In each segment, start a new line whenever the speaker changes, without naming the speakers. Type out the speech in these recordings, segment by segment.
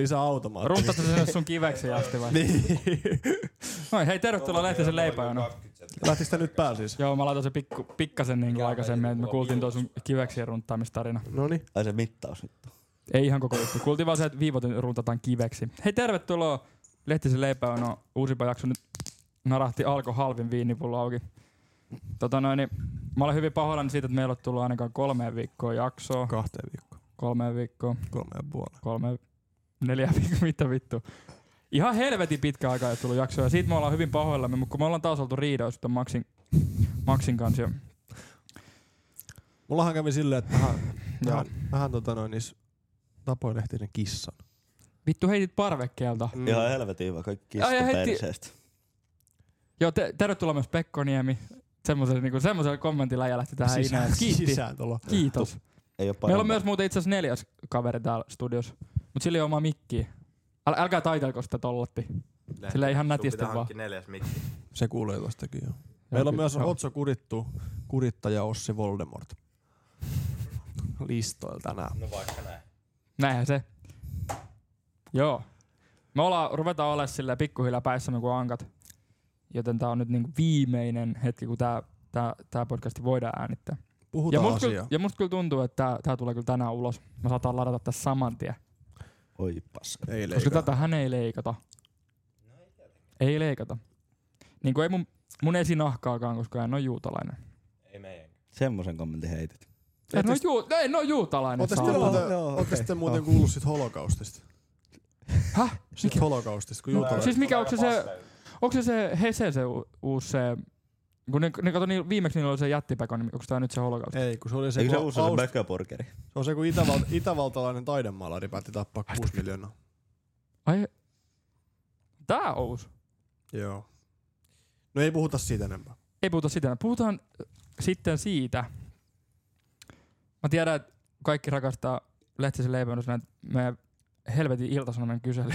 Lisää automaatti.
Runtasta se sun kiveksi asti vai?
Niin.
Noin, hei tervetuloa Lehtisen leipäjono.
Lähtikö sitä nyt pää siis?
Joo, mä laitoin se pikku, pikkasen niin aikaisemmin, että me kuultiin tuo sun kiveksien runttaamistarina.
Noniin.
Ai se mittaus nyt.
Ei ihan koko juttu. Kuultiin vaan se, että viivot runtataan kiveksi. Hei, tervetuloa Lehtisen leipäjono. Uusimpa jakso nyt narahti alko halvin viinipullo auki. Tota noin, niin mä olen hyvin pahoillani siitä, että meillä on tullut ainakaan kolmeen viikkoon jaksoa.
Kahteen viikkoon.
Kolmeen viikkoon.
Kolme ja puoleen.
kolme, neljä viikkoa, mitä vittu. Ihan helvetin pitkä aika ei tullut jaksoa, ja siitä me ollaan hyvin pahoillamme, mutta kun me ollaan taas oltu riidoissa tämän Maxin, Maxin kanssa. ja-
Mullahan kävi silleen, että mähän,
Ja,
mähän, mähän tota noin, niin s- tapoin lehtinen kissan.
vittu heitit parvekkeelta.
Mm.
Ihan helvetin hyvä, kaikki kiskut
Ai, ja heti-
perseestä.
Joo, te, tervetuloa myös Pekko Niemi. Semmoisella niinku, semmoisella kommentilla ja lähti tähän
Sisään-
Ineen. Kiitti.
Sisään tuolla.
Kiitos.
Ei oo
Meillä
parempaa.
on myös muuten itse asiassa neljäs kaveri täällä studiossa, mutta sillä ei ole omaa mikkiä. Äl, älkää taitelko sitä tollatti. Sillä ihan nätisti vaan.
neljäs mikki.
Se kuulee tostakin jo. Meillä on myös Otso Kurittu, kurittaja Ossi Voldemort. Listoilla tänään.
No vaikka näin.
Näinhän se. Joo. Me ollaan, ruvetaan olemaan sillä pikkuhiljaa päissämme kuin ankat. Joten tää on nyt niinku viimeinen hetki, kun tää, tää, tää podcasti voidaan äänittää.
Puhutaan
Ja musta,
asiaa.
kyllä, ja musta kyllä tuntuu, että tää, tää tulee kyllä tänään ulos. Me saataan ladata tässä saman tien.
Oi paska.
Ei
Koska
leikata.
tätä hän ei leikata. Ei leikata. Niin kuin ei mun, mun esinahkaakaan, koska en ole juutalainen.
Ei meidän.
Semmosen kommentin heitit.
En ole,
Ootteks-
juu, en ole juutalainen.
Ootteks te
saatana.
muuten,
Joo,
ootteks
okei.
te muuten kuullut sit holokaustista?
Häh?
Sit holokaustista, kun
No,
juutalaiset...
siis mikä, onko se se- Onko se se Hese se u- uusi se, kun ne, ne kato, niin, viimeksi niillä oli se jättipeko, niin onko tää nyt se holokausti?
Ei, kun se oli se,
Eikö se
kun,
uusi se
Aust-
bököburgeri?
se on se, kun itäval- itävaltalainen taidemaalari päätti tappaa 6 miljoonaa.
Ai, tää on uusi.
Joo. No ei puhuta siitä enempää.
Ei puhuta sitä, puhutaan äh, sitten siitä. Mä tiedän, että kaikki rakastaa Lehtisen leivän, jos näitä meidän helvetin iltasanomien kysely.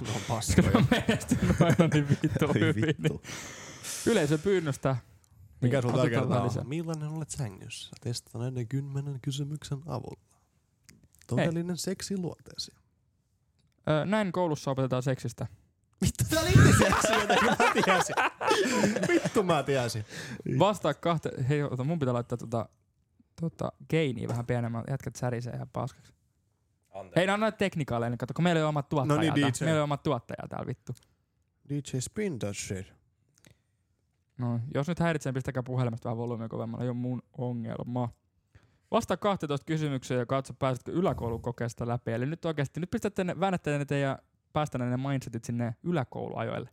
No on
Koska
paskoja.
mä menestyn aina niin vittu
Oi
hyvin. Niin.
vittu.
Yleisön pyynnöstä.
Mikä
Niin,
sulla
otetaan
tällä kertaa
vähän
on?
lisää.
Millainen olet sängyssä? Testa näiden kymmenen kysymyksen avulla. Todellinen seksi luoteesi.
Ö, Äh, Näin koulussa opetetaan seksistä.
Vittu, tää liittyy seksi jotenkin, mä tiesin. Vittu mä tiesin.
Vastaa kahta... Hei, ota, mun pitää laittaa tota, tota geiniä vähän pienemmän. Jätkät särisee ihan paskaksi. Hei,
Anteeksi.
nämä on näitä teknikaaleja, niin kato, kun meillä ei ole omat tuottajaa.
No niin,
täällä.
DJ.
Meillä ei ole omat tuottajaa täällä vittu.
DJ spin that shit.
No, jos nyt häiritsee, pistäkää puhelimesta vähän volyymia kovemmalla. Ei ole mun ongelma. Vastaa 12 kysymykseen ja katso, pääsetkö yläkoulukokeesta läpi. Eli nyt oikeasti, nyt pistätte ne, väännätte ne teidän, päästä ne mindsetit sinne yläkouluajoille.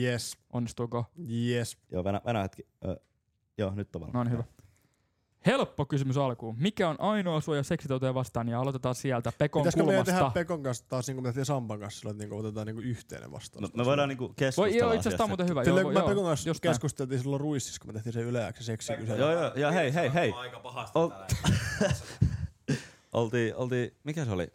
Yes,
Onnistuuko?
yes.
Joo, venä, venä hetki. Ö, joo, nyt on valmis.
No on hyvä. Helppo kysymys alkuun. Mikä on ainoa suoja seksitoutoja vastaan? Ja aloitetaan sieltä Pekon
Pitäisikö meidän tehdä
kulmasta.
Pekon kanssa taas niin kuin me tehtiin Sampan kanssa, sillä, että niin otetaan niin yhteinen vastaus.
No, me voidaan niinku keskustella
Voi joo, itse asiassa tää on muuten hyvä.
Silloin
joo,
kun
joo,
me Pekon kanssa
just näin.
keskusteltiin silloin Ruississa, kun me tehtiin se yleäksi seksi kysely.
Joo, joo, ja hei, hei, hei.
Aika pahasti
Ol-
tänään.
Oltiin, oltiin, mikä se oli?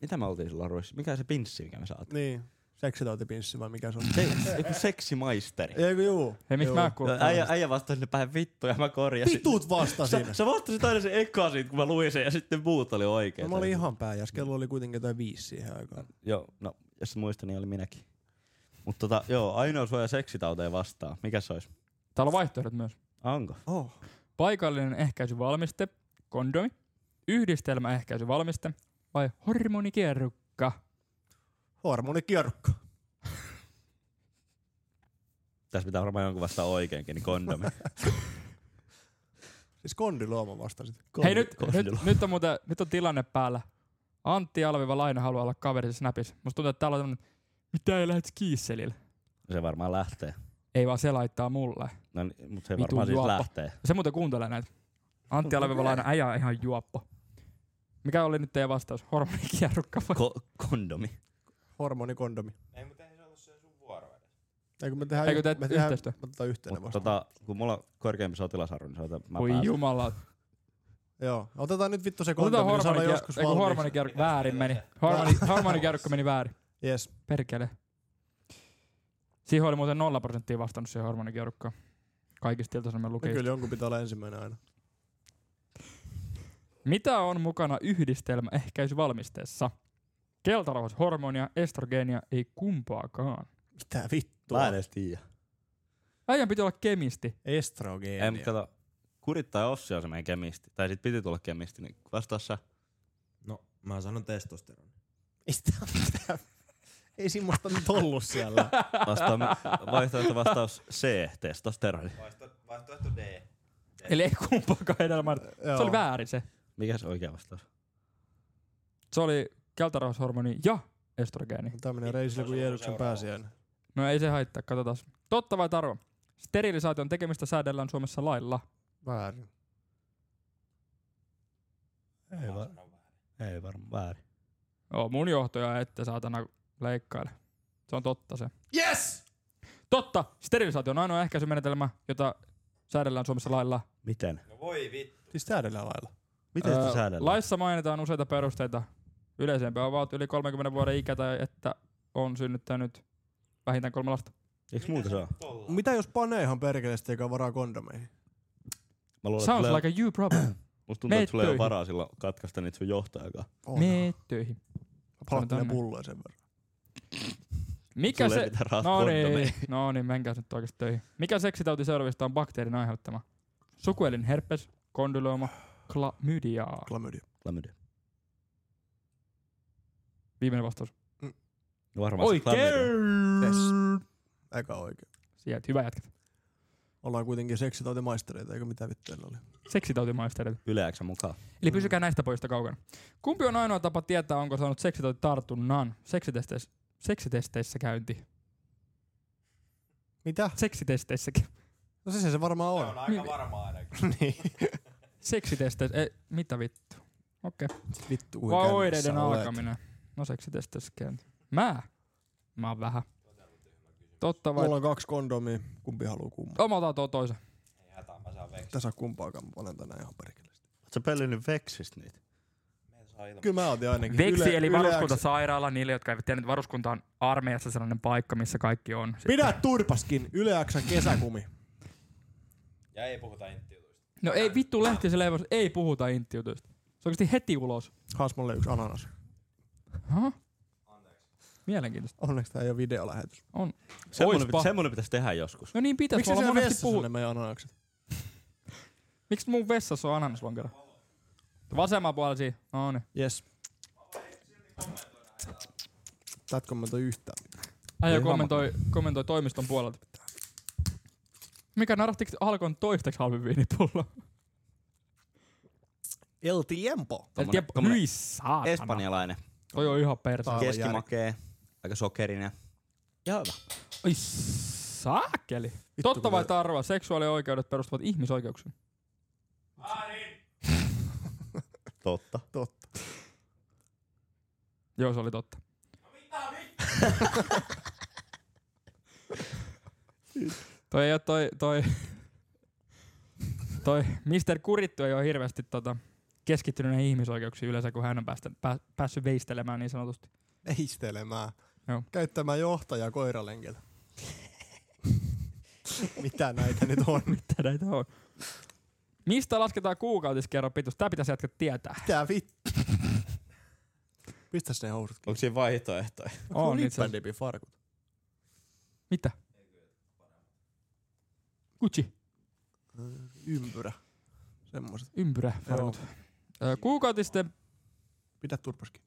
Mitä me oltiin silloin ruissa? Mikä se pinssi, mikä me saatiin?
Niin, seksitautipinssi vai mikä se on?
Se, joku seksimaisteri.
Eikö juu?
Hei, miksi
Juu.
mä kuulen?
Äijä, äijä vastasi sinne päin vittu ja mä korjasin.
Vitut vasta siinä.
Sä, sä vastasit aina sen eka siitä, kun mä luin sen ja sitten muut oli oikein.
No, mä olin ihan pääjäs, kello oli kuitenkin jotain viisi siihen aikaan.
Joo, no jos et muista, niin oli minäkin. Mutta tota, joo, ainoa suoja seksitauteen vastaan. Mikä se olisi?
Täällä on vaihtoehdot myös.
Onko?
Oh.
paikallinen ehkäisyvalmiste, kondomi, yhdistelmäehkäisyvalmiste vai hormonikierrukka?
Hormonikierrukka.
Tässä pitää varmaan jonkun vastaan oikeinkin, niin kondomi.
Siis kondilooma vastasit.
Hei nyt,
kondilo.
nyt, nyt, on muuten, nyt on tilanne päällä. Antti Alviva Laina haluaa olla kaverissa Snapissa. Musta tuntuu, että täällä on tämmönen, mitä ei lähet kiisselille.
se varmaan lähtee.
Ei vaan se laittaa mulle.
No, niin, mutta se
Vitu
varmaan siis
juoppo.
lähtee.
Se muuten kuuntelee näitä. Antti Alviva Laina, äijä on ihan juoppo. Mikä oli nyt teidän vastaus? Hormonikierrukka vai?
Ko- kondomi.
Hormonikondomi.
Ei, mutta ei se ollut se sun vuoro edes.
Eikö me tehdään,
Eikö teet
me tehdään,
yhteistä?
me otetaan yhteinen
Mutta
vastaus.
tota, kun mulla on korkeampi sotilasarvo, niin se otan mä
Voi
pääsen.
jumala.
Joo, otetaan nyt vittu se kondomi.
Otetaan
niin saadaan joskus
hormonikierrukka. Eikö
valmiiksi.
hormonikierrukka? Väärin meni. Hormoni- Hormonikierrukka meni väärin.
Yes.
Perkele. Siihen oli muuten 0 prosenttia vastannut siihen hormonikierrukkaan. Kaikista iltasanomen
No
lukijoista.
kyllä jonkun pitää olla ensimmäinen aina.
Mitä on mukana yhdistelmäehkäisyvalmisteessa? Keltarauhashormonia, estrogeenia, ei kumpaakaan.
Mitä vittua?
Mä en edes tiedä.
Äijän piti olla kemisti.
Ei, mutta
Estrogeenia.
kato, kurittaa Ossi on se meidän kemisti. Tai sit piti tulla kemisti, niin vastaa sä.
No, mä sanon testosteroni.
Ei, sitä, sitä, ei semmoista nyt ollut siellä.
Vastaa, vaihtoehto vastaus C, testosteroni.
Vaihto, vaihtoehto D.
Eli ei kumpaakaan hedelmää. Se oli väärin se.
Mikä se oikea vastaus?
Se oli keltarauhashormoni ja estrogeeni.
Tämä menee reisille kuin Jeesuksen pääsiäinen.
No ei se haittaa, katsotaan. Totta vai tarvo? Sterilisaation tekemistä säädellään Suomessa lailla.
Väärin.
Ei, var- ei varmaan väärin.
Joo, mun johtoja ette saatana leikkaile. Se on totta se.
Yes!
Totta! Sterilisaatio on ainoa ehkäisymenetelmä, jota säädellään Suomessa lailla.
Miten?
No voi vittu.
Siis täydellä lailla.
Miten sitä säädellään?
Laissa mainitaan useita perusteita. Yleisempiä ovat yli 30 vuoden ikä tai että on synnyttänyt vähintään kolme lasta.
Eiks muuta se on?
Tolla.
Mitä jos panee ihan perkeleesti, joka varaa kondomeihin?
Mä luulen, että
Sounds
sulla ei-
like a you problem.
musta tuntuu,
Meet
että sulla ei ole
töihin.
varaa silloin katkaista niitä sun johtajakaan.
On.
Mene töihin.
Palattelee
Sanotaan
pulloja sen verran.
Mikä
Sulla
se...
ei mitään rahaa
No
kondomeja.
niin, no niin, menkää nyt oikeasti töihin. Mikä seksitauti seuraavista on bakteerin aiheuttama? Sukuelin herpes, kondylooma, klamydia.
Klamydia.
Klamydia.
Viimeinen vastaus.
No varmaan se klamydia.
Oikein!
Yes. Aika oikein.
Sieltä, hyvä jatket.
Ollaan kuitenkin seksitautimaistereita, eikö mitä vittuilla oli?
Seksitautimaistereita.
Yleäksä mukaan.
Mm.
Eli pysykää näistä poista kaukana. Kumpi on ainoa tapa tietää, onko saanut seksitautitartunnan? Seksitesteissä, seksitesteissä käynti.
Mitä?
Seksitesteissä,
No se, se, se varmaan
Se on
on.
aika
Mi-
varma ainakin.
niin.
seksitesteissä, ei, mitä vittu? Okei.
Vittu,
Okay.
kuinka
Vai
kännissä
oireiden
olet.
alkaminen? No seksitesteissä käynti. Mä? Mä oon vähän. Totta vai?
Mulla on kaksi kondomia, kumpi haluu kummaa.
Oma otan tuon toisen.
Ei hätää, mä saan veksi.
Tässä on kumpaakaan, mä panen tänään ihan perkeleesti.
Oot sä pellinyt veksistä niitä?
Meillä saa ilman.
Kyllä mä otin ainakin.
Veksi
Yle-
eli
Yle X-
varuskuntasairaala niille, jotka eivät tiedä, että varuskunta on armeijassa sellainen paikka, missä kaikki on. Sitten-
Pidä turpaskin, Yleäksän kesäkumi.
Ja ei puhuta inttiutuista.
No ei vittu lehtisellä ei, voi- ei puhuta inttiutuista. Se oikeasti heti ulos.
Hasmalle yksi ananas.
Huh? Mielenkiintoista.
Onneksi tää ei ole videolähetys.
On.
Semmoinen,
Oispa.
pit- semmoinen pitäisi tehdä joskus.
No niin pitäis
Miksi
olla
se on
monesti
vessassa
puhu...
ne meidän ananakset?
Miksi mun vessassa on ananaslonkero? Vasemman puolella siinä. No niin.
Yes. Tää et kommentoi yhtään. mitään.
Äijä
Ei
kommentoi, kommentoi toimiston puolelta. Mikä narahtiks alkon toisteksi halvin viinipullo?
El tiempo.
Tommonen,
Tommonen-
tiedä,
tommonen
hyi saatana.
Espanjalainen.
Toi on ihan perse.
Aivan
Keskimakee. Aika sokerinen. Ja hyvä.
Ai saakeli.
Vittu,
Totta
kun
vai
te-
tarva, seksuaalioikeudet perustuvat ihmisoikeuksiin.
Totta.
Joo, se oli totta. toi ei oo toi, toi, toi Mr. Kurittu ei ole hirveästi tota, keskittynyt näihin ihmisoikeuksiin yleensä, kun hän on päästä, pää, päässyt veistelemään niin sanotusti.
Eistelemään.
Joo.
Käyttämään johtajaa koiralenkillä. Mitä näitä nyt on?
Mitä näitä on? Mistä lasketaan kuukautiskerran pituus? Tää pitäisi jatkaa tietää.
Mitä vittu? Pistäs ne housut kiinni.
Onko siinä vaihtoehtoja?
On itse asiassa.
Rippändipi farkut.
Mitä? Gucci.
Ympyrä. Semmoset.
Ympyrä. farkut. Ö, Kuukautisten
Pidä turpaskin.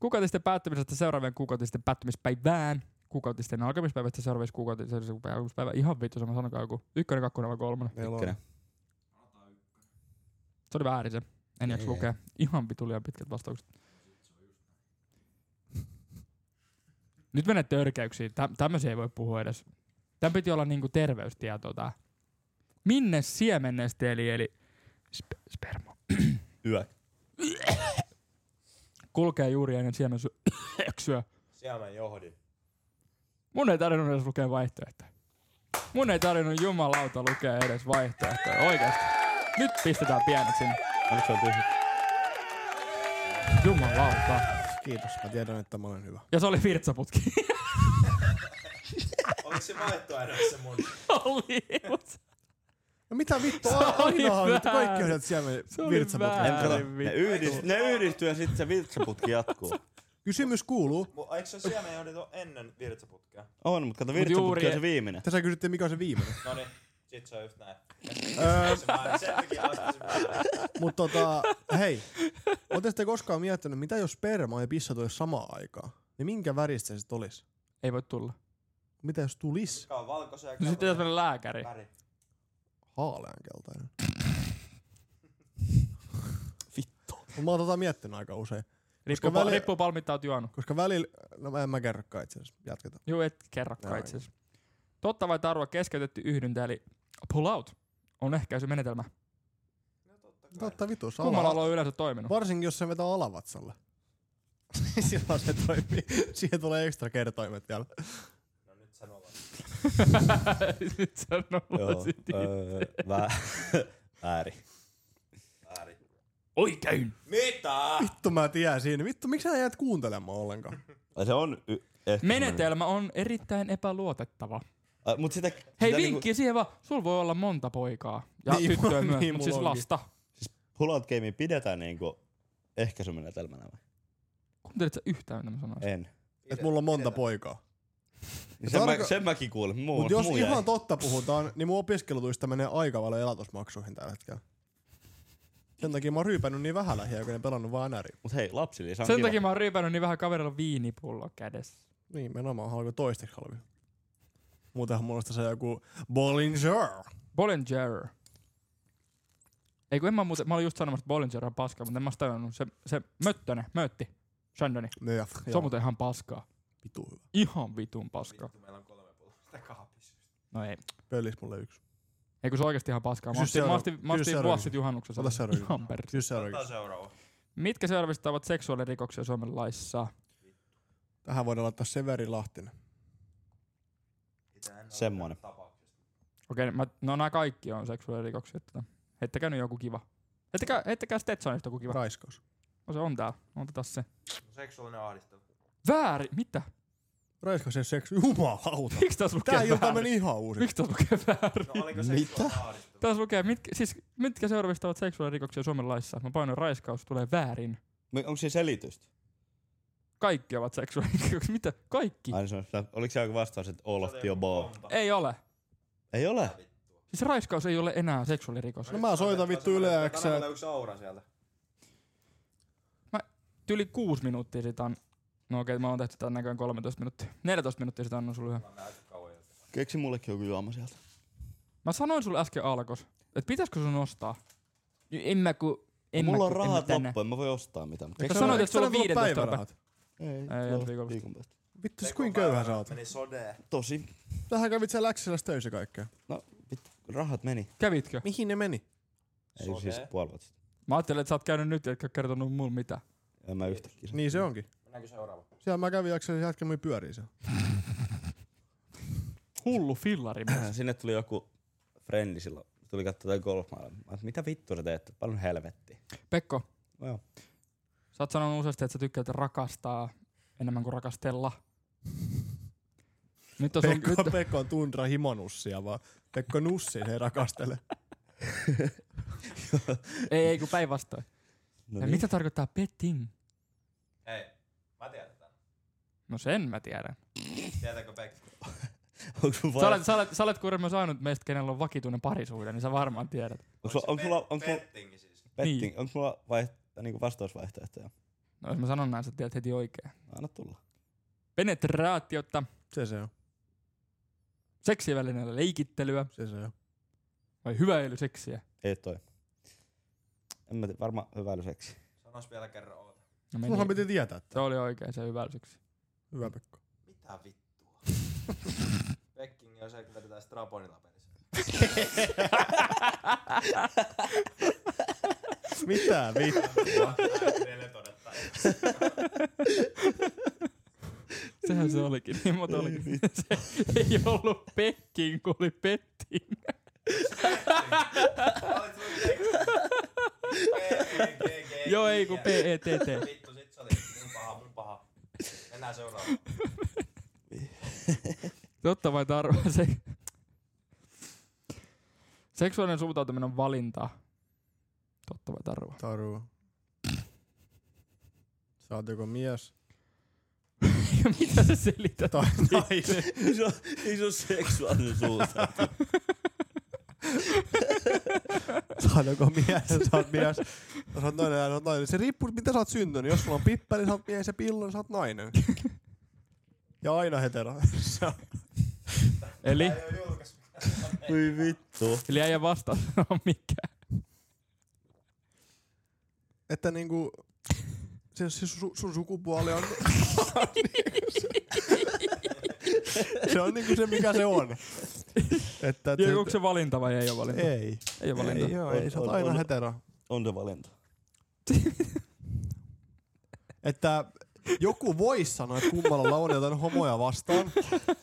kuukautisten päättymisestä seuraavien kuukautisten päättymispäivään, kuukautisten alkamispäivästä seuraavista kuukautisten alkamispäivä. Ihan vittu, sama sanokaa joku. Ykkönen, kakkonen vai kolmonen.
Nelonen.
Ykkönen.
Se oli väärin se. En jaksa
Ei.
lukea. Ihan vitu liian pitkät vastaukset. Nyt menee törkeyksiin. Tä, tämmöisiä ei voi puhua edes. Tämän piti olla niinku terveystietoa tää. Minne siemennestä eli, eli sp- spermo.
Yö.
Kulkee juuri ennen siemen sy- eksyä.
Siellä mä johdin.
Mun ei tarvinnut edes lukea vaihtoehtoja. Mun ei tarvinnut jumalauta lukea edes vaihtoehtoja. Oikeesti. Nyt pistetään pienet sinne.
Oliko se on tyhjä?
Jumalauta.
Kiitos. Mä tiedän, että mä olen hyvä.
Ja se oli virtsaputki.
Oliko se vaihtoehdossa se mun?
oli. mut-
No mitä vittu,
Se oli
ainahan nyt
väärin.
kaikki on sieltä siellä meni
Se oli
virtsaputki.
väärin.
En kato.
Älä
Ne,
vittu.
yhdist, ne yhdistyy ja sitten se virtsaputki jatkuu.
Kysymys kuuluu,
Mu- Eikö se siemenjohdit ole ennen virtsaputkea?
On, mutta kato
Mut juuri-
virtsaputki on se viimeinen.
tässä kysyttiin mikä on se viimeinen.
No niin, sit se on just näin.
Öö.
Se mä- Sen takia vastasin väärin.
Mutta tota, hei, ootte te koskaan miettinyt, mitä jos sperma ja pissa tulisi samaan aikaan? Niin minkä väristä se sitten olisi?
Ei voi tulla.
Mitä jos tulis
Mikä on valkoisen ja
No sitten pitäisi
keltaisen
mennä lääkäri.
väri?
haalean keltainen? vittu. Mut Mä oon tota miettinyt aika usein.
Riippuu,
väli-
väli... riippuu palmit, oot juonut.
Koska välillä, no mä en mä kerrokaan itse asiassa, jatketaan.
Juu, et kerrakaan
Joo.
itse asiassa. Totta vai tarua keskeytetty yhdyntä, eli pull out on ehkäisymenetelmä.
No totta kai.
Totta vitu, sama.
Kummalla aloilla on yleensä toiminut?
Varsinkin jos se vetää alavatsalle. Silloin se toimii. Siihen tulee ekstra kertoimet vielä.
No nyt sanoo
Nyt se on
Joo,
ollut
öö, vä, väärin.
väärin.
Oikein!
Mitä?
Vittu mä tiedän siinä. Vittu, miksi sä jäät kuuntelemaan ollenkaan?
Ai Se on y- ehkä
Menetelmä on erittäin epäluotettava.
Ai, mut sitä,
Hei
sitä niinku
vinkki siihen vaan, sul voi olla monta poikaa. Ja
Niin,
niin, tyttöä
niin,
myös, niin,
mulla
mutta siis
onkin.
lasta.
Niinku, pullout gamea pidetään niinku ehkäisymenetelmänä vai?
Kuuntelit sä yhtään, mitä mä sanoin?
En.
Että mulla on monta poikaa.
Niin sen, mä,
tarko-
sen mäkin kuulin. Muu,
Mut jos
muu jäi.
ihan totta puhutaan, niin mun opiskelutuista menee aika paljon elatusmaksuihin tällä hetkellä. Sen takia mä oon ryypännyt niin vähän lähiä, kun en pelannut vaan näri.
Mut hei, lapsilisä on
Sen
kiva.
takia mä oon riipännyt niin vähän kaverilla viinipullo kädessä.
Niin, me naamaan halko toisteksi halvi. Muutenhan mulla olisi tässä joku Bollinger.
Bollinger. Ei kun en mä muuten, mä olin just sanomassa, että Bollinger on paska, mutta en mä sitä tajunnut. Se, se möttönen, möötti, Shandoni.
Myöf.
Se on muuten ihan paskaa.
Niin, Vitu hyvä.
Ihan vitun paskaa.
Vittu, meillä on kolme pulloa. Sitä kaapissa.
No ei.
Pöllis mulle yksi.
Ei kun se oikeesti ihan paskaa. Mä
Kysy
ostin, mä
seuraava.
ostin, mä
Kysy
ostin
seuraava.
vuosi sitten juhannuksessa.
Ota seuraava.
Ihan per.
Kyllä se
Otetaan
oikeesti.
seuraava.
Mitkä seuraavista ovat seksuaalirikoksia Suomen laissa?
Tähän voidaan laittaa Severi Lahtinen.
Itse en ole
Semmonen.
tapauksesta.
Okei, mä, no nämä kaikki on seksuaalirikoksia. Että, heittäkää nyt joku kiva. Heittäkää, heittäkää Stetsonista joku kiva.
Raiskaus.
No se on täällä. On taas se.
No, Seksuaalinen ahdistelu.
Väärin! Mitä?
Raiskaus ja seksi. Jumalauta.
Miksi tässä lukee
Tää ilta
väärin?
meni ihan uusi.
Miksi tässä lukee väärin?
No oliko seksuaalinen ahdistelu?
Tässä lukee, mitkä, siis, mitkä seuraavista ovat seksuaalirikoksia Suomen laissa? Mä painoin raiskaus, tulee väärin.
Me- Onko siinä selitystä?
Kaikki ovat seksuaalirikoksia. Mitä? Kaikki?
Aina se on, sitä- oliko se joku vastaus, että all of the above?
Ei ole.
Ei ole.
Siis raiskaus ei ole enää seksuaalirikos.
No mä soitan vittu Yle X.
Täällä yksi aura sieltä.
Tyli kuusi minuuttia sitä on. No okei, mä oon tehty tämän näköjään 13 minuuttia. 14 minuuttia sitä annan sulle yhden.
Mä näen aika kauan.
Siis
Keksi mullekin joku juoma sieltä.
Mä sanoin sulle äsken alkos, että pitäisikö sun ostaa? No En mä ku... En
mulla
mä
on
ku- en
rahat
mä tänne.
loppu, en mä voi ostaa mitään. Mutta
Eikö
Eikö
sanoit,
ole-
että sulla on
eikö ole tullut
15
päivärahat?
ei,
ensi
tuolla
viikolla.
viikon päästä.
Vittu, siis kuinka köyhä sä oot?
Meni sodee.
Tosi.
Tähän kävit siellä Läksilässä töissä kaikkea.
No, vittu, rahat meni.
Kävitkö?
Mihin ne meni?
Ei
Sodee.
siis puoli vuotta sitten.
Mä ajattelin, että sä oot käynyt nyt, etkä oo kertonut mulle mitään.
En mä yhtäkkiä.
Niin se onkin.
Mennäänkö seuraava?
Siellä mä kävin jaksossa jätkä mui pyörii siellä.
Hullu fillari mies.
Äh, Sinne tuli joku frendi silloin. Tuli katsoa tätä golfmailla. Mä oon, mitä vittu sä teet? Paljon helvettiä.
Pekko,
No joo.
sä oot sanonut useasti, että sä tykkäät rakastaa enemmän kuin rakastella. Nyt on sun,
Pekko,
nyt,
Pekko on tundra himonussia vaan. Pekko Nussi se ei rakastele.
ei, ei kun päinvastoin.
No
Ja
niin.
mitä tarkoittaa petting?
Hei, mä tiedän tän.
No sen mä tiedän.
Tietääkö Pekka?
Onko sulla,
Sä olet, sä olet, sä olet kuulemma se ainut meistä, kenellä on vakituinen parisuhde, niin sä varmaan tiedät.
onko sulla, onko sulla, onko sulla,
Pettingi siis.
betting,
Niin.
onko sulla vaiht, niinku vastausvaihtoehtoja?
No jos mä sanon näin, sä tiedät heti oikein.
Anna tulla.
Penetraatiota,
Se se on.
seksivälineellä leikittelyä
Se se on.
vai hyväilyseksiä.
Ei toi. En mä tiedä, varmaan hyväilyseksi.
Sanois vielä kerran oota.
No
Sunhan
meni.
piti tietää.
Se oli oikein se hyväilyseksi.
Hyvä Pekko.
Mitä vittua? Pekkingi on se, kun vedetään Straponilla pelissä.
Mitä vittu?
Neljä todetta.
Sehän se olikin, niin mut olikin. Se ei ollut Pekking, kun oli Petting.
Olet sun Pekkingi.
Joo, ei kun E, PETT.
Vittu, sit se oli mun paha, mun paha. Mennään seuraavaan.
Totta vai tarva se. Seksuaalinen suhtautuminen on valinta. Totta vai tarua?
Taru. Sä oot joko mies
Ja Mitä sä selität?
tai nainen.
se on, ei se on seksuaalinen suunta.
Sä oot joko mies, sä oot mies. Sä oot nainen, sä oot nainen. Se riippuu, mitä sä oot syntynyt. Jos sulla on pippeli, sä oot mies ja pillon, sä oot nainen. Ja aina hetero. Sä oot-
Eli,
Voi vittu.
eli äijä vastaa on mikä.
Että niinku... Se, se su, sun sukupuoli on... se on niinku se, mikä se on. Että, et
Ja onko se valinta vai ei ole valinta?
Ei.
Ei ole valinta.
Ei, joo,
On-
ei, sä oot
on-
aina
on-
hetero.
On se valinta.
Että joku voisi sanoa, että kummalla on jotain homoja vastaan,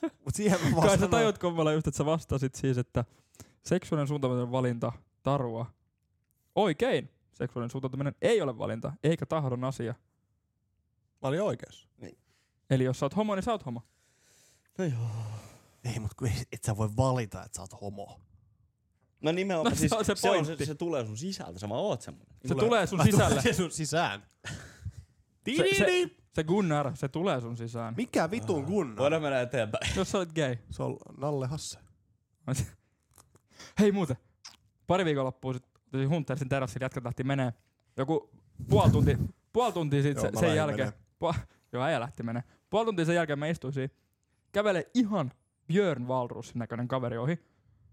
mutta siihen mä
Kai sä
vastaan.
tajut kummalla yhtä, että sä vastasit siis, että seksuaalinen suuntautuminen on valinta, tarua. Oikein! Seksuaalinen suuntautuminen ei ole valinta, eikä tahdon asia.
Mä olin oikeassa.
Eli jos sä oot homo, niin sä oot homo.
No joo.
Ei, mutta kun ei- et sä voi valita, että sä oot homo.
No nimenomaan,
No,
siis,
se on se
se, on, se,
pointti.
se, tulee sun sisältä, sä vaan oot semmonen.
Se tulee sun sisälle.
Se sun sisään.
Se, se, se Gunnar, se tulee sun sisään.
Mikä vitun kunna?
Voidaan mennä eteenpäin.
Jos sä olet gay.
Se on Nalle Hasse.
Hei muuten, pari viikonloppua sitten Huntersin terassilla jatkatahti menee. Joku puoli tuntia, puoli tuntia sit se,
Joo, mä
sen
lähdin
jälkeen.
menee.
Puol, joo, äijä lähti menee. Puoli tuntia sen jälkeen mä istuin siinä. Kävelee ihan Björn Valrussin näköinen kaveri ohi.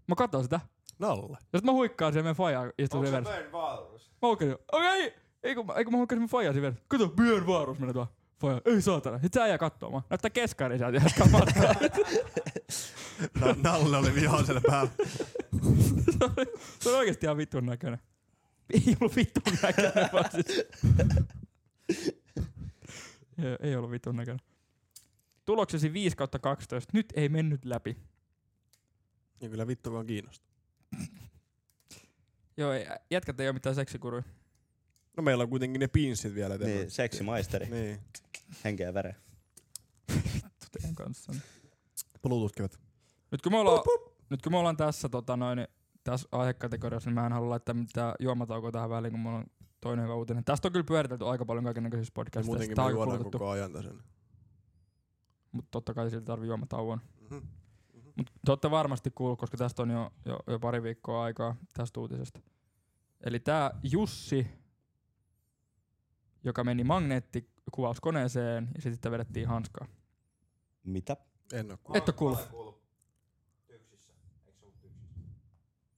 Mä katson sitä.
Nalle.
Ja sit mä huikkaan siihen meidän faijaa istuu
Onko
siinä
se
vieressä.
Björn Wahlroos?
Mä huikkaan siihen. Okei! Ei kun, mä- ei kun mä huikkaan siihen faijaa siinä vieressä. Kato Björn Valrus menee tuohon. Faija, ei saatana. Sit se äijä kattoo mua. Näyttää keskari sieltä jatkaa matkaa.
Na- Nalle oli vihaiselle päällä.
se on oikeesti ihan vitun näköinen. Ei ollut vitun näköinen, vaan siis... Joo, ei ollut vitun näköinen. Tuloksesi 5 kautta 12. Nyt ei mennyt läpi.
Ja kyllä vittukaan kiinnostaa.
Joo, ei, jätkät ei ole mitään seksikuruja.
No meillä on kuitenkin ne pinssit vielä.
Niin, seksimaisteri.
Niin.
Henkeä ja vereä.
Teidän kanssa.
Bluetooth-kivet.
Nyt kun me ollaan, nyt kun me ollaan tässä, tota noin, tässä aihekategoriassa, niin mä en halua laittaa mitään juomataukoa tähän väliin, kun mulla on toinen hyvä uutinen. Tästä on kyllä pyöritelty aika paljon kaikennäköisissä
Ja
podcasteissa.
muutenkin me
Tää on
juodaan
kulutettu,
koko ajan tässä.
Mutta totta kai silti tarvii juomatauon.
Mhm.
Mut te olette varmasti kuullut, koska tästä on jo, jo, jo pari viikkoa aikaa tästä uutisesta. Eli tämä Jussi, joka meni magneettikuvauskoneeseen ja sitten sitä vedettiin hanskaa.
Mitä?
En oo
Mä
Et oo kuullut.
mä olen kuullut. Tyksissä. Eikö se ollut tyksissä?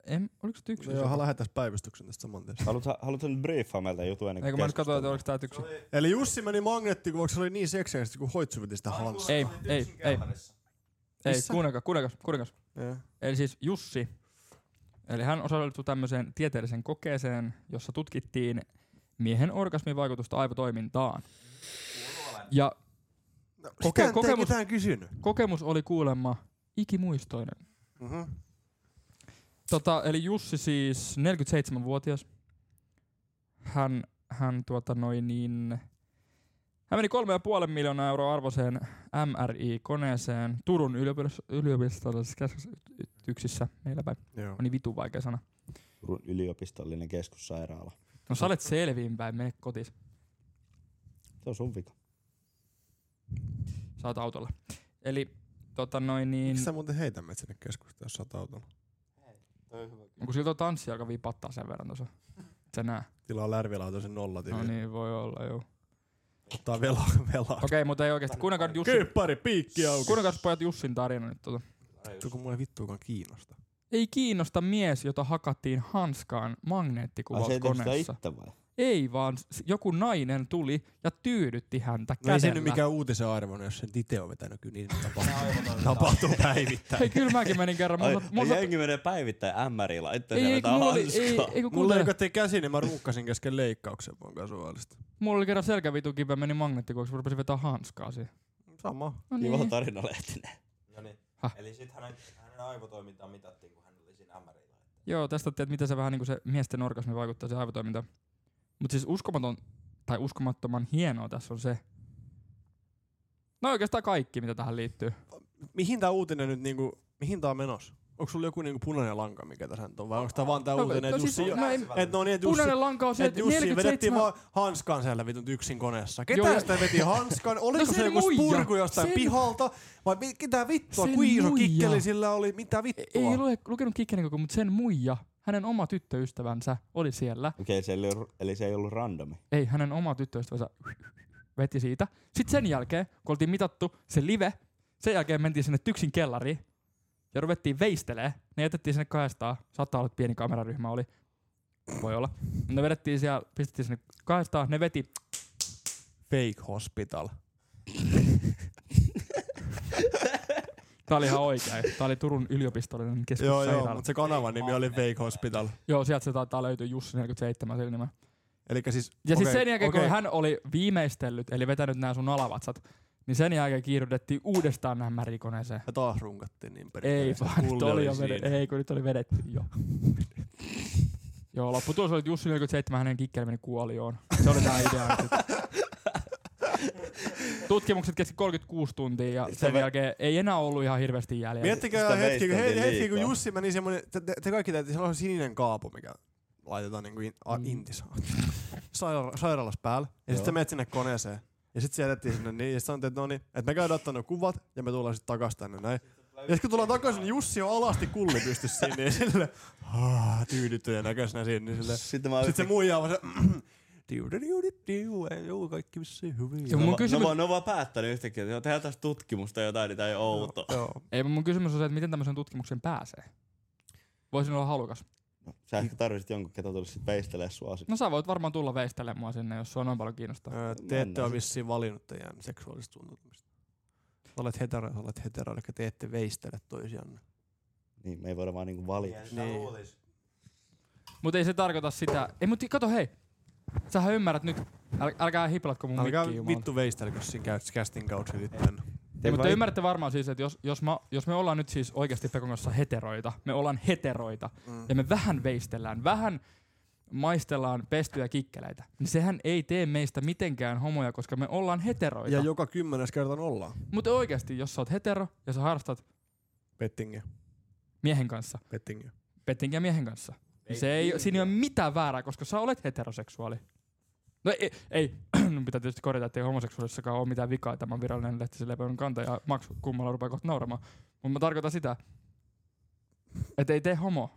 En, oliko se yksi?
kuullut. Joo, lähetäs päivystyksen No tästä saman tien.
Haluatko, haluatko nyt briefaa meiltä jutun ennen
Eikö
kuin
mä nyt katsoin, että
keskustellaan?
oliko tää yksi?
Se oli-
Eli Jussi meni magneettikuvaksi, se oli niin seksikästi, kun hoitsu veti sitä
mä oon kuullut,
hansaa.
se
Ei,
oli
ei,
tyksin
ei.
kellarissa.
Ei,
Missä?
kuunnelkaa, kuunnelkaa, kuunnelkaa.
Joo.
Eli siis Jussi, eli hän osallistui tämmöiseen tieteelliseen kokeeseen, jossa tutkittiin miehen orgasmin vaikutusta aivotoimintaan.
Kuuluu olen.
Ja
No,
Koke-
sitä en kokemus...
kokemus-
ketään kysynyt.
kokemus oli kuulemma ikimuistoinen.
Mm-hmm.
Tota, eli Jussi siis 47-vuotias. Hän, hän tuota noin niin... Hän meni 3,5 miljoonaa euroa arvoiseen MRI-koneeseen Turun yliopistossa, yliopistollisessa keskusyksissä meillä päin.
Joo.
On niin vitun vaikea sana.
Turun yliopistollinen keskussairaala.
No sä olet selviinpäin, mene kotiin.
Se on sun vika.
Sä oot autolla. Eli tota noin niin...
Miksi sä muuten heitä meitä sinne keskustaan, jos sä oot autolla?
Toi on hyvä.
Onko siltä tanssi alkaa vipattaa sen verran tuossa? Et sä näe.
Tilaa lärvilautoisen nollativi.
No
No niin.
niin, voi olla joo. Okei,
Ottaa velaa. velaa. Okay.
okay, mutta ei oikeesti. Kuunnelkaa nyt Jussin,
Kyyppari, piikki auki.
kuunnelkaa nyt pojat Jussin tarina nyt tota.
Vittu, kun mua ei vittuakaan kiinnosta.
Ei kiinnosta mies, jota hakattiin hanskaan
Ai se ei tehnyt sitä
magneettikuvauskoneessa.
itse vai?
Ei vaan, s- joku nainen tuli ja tyydytti häntä
No ei se
kädellä.
nyt mikään uutisen arvon, jos sen itse on vetänyt kyllä niin tapahtuu.
Tää on aivotoimintaa.
tapahtuu päivittäin.
Hei, kyllä mäkin menin kerran.
Ai,
Mulla, mulla,
ai jengi menee päivittäin MRI laittaa
ei,
ei,
ei, kun
jotain
mulla
hanskaa.
oli, ei, ei, kun
Mulla
kuuntele.
leikattiin käsi, niin mä ruukkasin kesken leikkauksen vaan kasuaalista.
Mulla oli kerran selkävitukipi ja meni magneettikuvaksi, mä rupesin vetää hanskaa siihen.
Sama.
No
Kiva
niin.
tarina lehtinen.
No niin.
Häh?
Eli sit hänen, hänen aivotoimintaa mitattiin, kun hän oli siinä MRillä.
Joo, testattiin, että miten se vähän niin kuin se miesten orgasmi vaikuttaa siihen aivotoimintaan. Mutta siis uskomaton, tai uskomattoman hienoa tässä on se, no oikeastaan kaikki, mitä tähän liittyy.
Mihin tää uutinen nyt niinku, mihin tää on menossa? Onko sulla joku niinku punainen lanka, mikä tässä nyt on? Vai onko tää vaan tää
No,
uutinen,
no
että
siis-
Jussi...
no ei-
Et no niin, että Jussi,
Punainen lanka on se,
et
että
Jussi vedettiin
47...
vaan hanskan siellä vitun yksin koneessa.
Joo, No
Ketä
ja-
sitä veti hanskan? Oliko
sen
se joku
muija.
spurku jostain
Sen-
pihalta? Vai mi- mitä vittua?
Sen
Kuin iso
muija.
kikkeli sillä oli? Mitä vittua?
Ei lue, lukenut Kikkenin koko, mutta sen muija, hänen oma tyttöystävänsä oli siellä.
Okei, se ei ollut, eli se ei ollut randomi.
Ei, hänen oma tyttöystävänsä veti siitä. Sitten sen jälkeen, kun oltiin mitattu se live, sen jälkeen mentiin sinne Tyksin kellariin ja ruvettiin veistelee. Ne jätettiin sinne kahdestaan. Saattaa olla, että pieni kameraryhmä oli. Voi olla. Ne vedettiin siellä, pistettiin sinne kahdestaan. Ne veti
Fake hospital.
Tää oli ihan oikein. Tää oli Turun yliopistollinen keskus
Joo,
sairaala.
joo, mutta se kanavan nimi oli Fake Hospital.
joo, sieltä se taitaa löytyä Jussi 47 sillä nimellä.
Elikkä siis...
Ja okay, siis
okei,
sen jälkeen, okay.
okei.
kun hän oli viimeistellyt, eli vetänyt nämä sun alavatsat, niin sen jälkeen kiiruhdettiin uudestaan näihin määrikoneeseen.
Ja taas runkattiin niin
Ei
perinteisesti.
vaan, nyt
Kulli
oli jo vedetty.
siinä.
Ei, kun nyt oli vedetty jo. Joo, lopputulos oli, että Jussi 47, hänen kikkeli meni kuolioon. Se oli tää idea. Tutkimukset kesti 36 tuntia ja sen
ve-
jälkeen ei enää ollut ihan hirveästi jäljellä.
Miettikää
Sitä
hetki, kun, he,
veisteltiin
hetki, kun
liikaa.
Jussi meni semmonen, te, te, te kaikki teette sellainen sininen kaapu, mikä laitetaan niinku in, a,
Mm.
intis saira, sairaalassa päällä. Ja
Joo.
sitten menet sinne koneeseen. Ja sitten siellä jätettiin sinne niin, ja sit sanottiin, että no niin, että me käydään ottaa ne kuvat, ja me tullaan sitten takas tänne näin. Ja sitten kun tullaan takaisin, niin Jussi on alasti kulli pystyssä sinne, ja sille "Ah", tyydyttyneen näköisenä siinä, niin sille.
Sitten mä
Sitten se muija on vaan se, tiu, tiu, tiu, tiu, ei oo kaikki vissiin hyvin.
Ja
No,
mun
va-
kysymys-
no, vaan- no vaan päättänyt yhtäkkiä, että joo, tehdään tästä tutkimusta jotain, niin tää ei outo.
Joo.
Ei, mun kysymys on se, että miten tämmöisen tutkimuksen pääsee? Voisin olla halukas.
No, sä ehkä tarvitsit jonkun, ketä tulisi sit veistelee sua sit.
No sä voit varmaan tulla veistelemään mua sinne, jos sua noin paljon kiinnostaa.
Öö, Te ette
Mennään
ole
sit.
vissiin valinnut teidän seksuaalista suuntautumista. Olet hetero, ja olet hetero, eli te ette veistele toisianne.
Niin, me ei voida vaan niinku valita.
Niin, sitä
Niin.
luulis.
Mutta ei se tarkoita sitä. Ei, mutta kato hei. Sähän ymmärrät nyt. Äl, älkää hiplatko mun
Älkää
mikkiin jumala.
vittu veistelkö siinä käyt casting kautta sitten.
Ei, mutta te ymmärrätte varmaan siis, että jos, jos, mä, jos me ollaan nyt siis oikeasti Pekon kanssa heteroita, me ollaan heteroita,
Mm.
ja me vähän veistellään, vähän maistellaan pestyjä kikkeleitä, niin sehän ei tee meistä mitenkään homoja, koska me ollaan heteroita.
Ja joka kymmenes kerta ollaan.
Mutta oikeasti, jos sä oot hetero ja sä harrastat
Pettingiä,
miehen kanssa,
pettingiä.
pettinkiä miehen kanssa, niin se ei, siinä ei ole mitään väärää, koska sä olet heteroseksuaali. No ei, ei Mun pitää tietysti korjata, että ei homoseksuaalissakaan ole mitään vikaa tämän virallinen lehtisen lepäilyn kanta ja maksu kummalla rupeaa kohta nauramaan. Mutta mä tarkoitan sitä, että ei tee homo.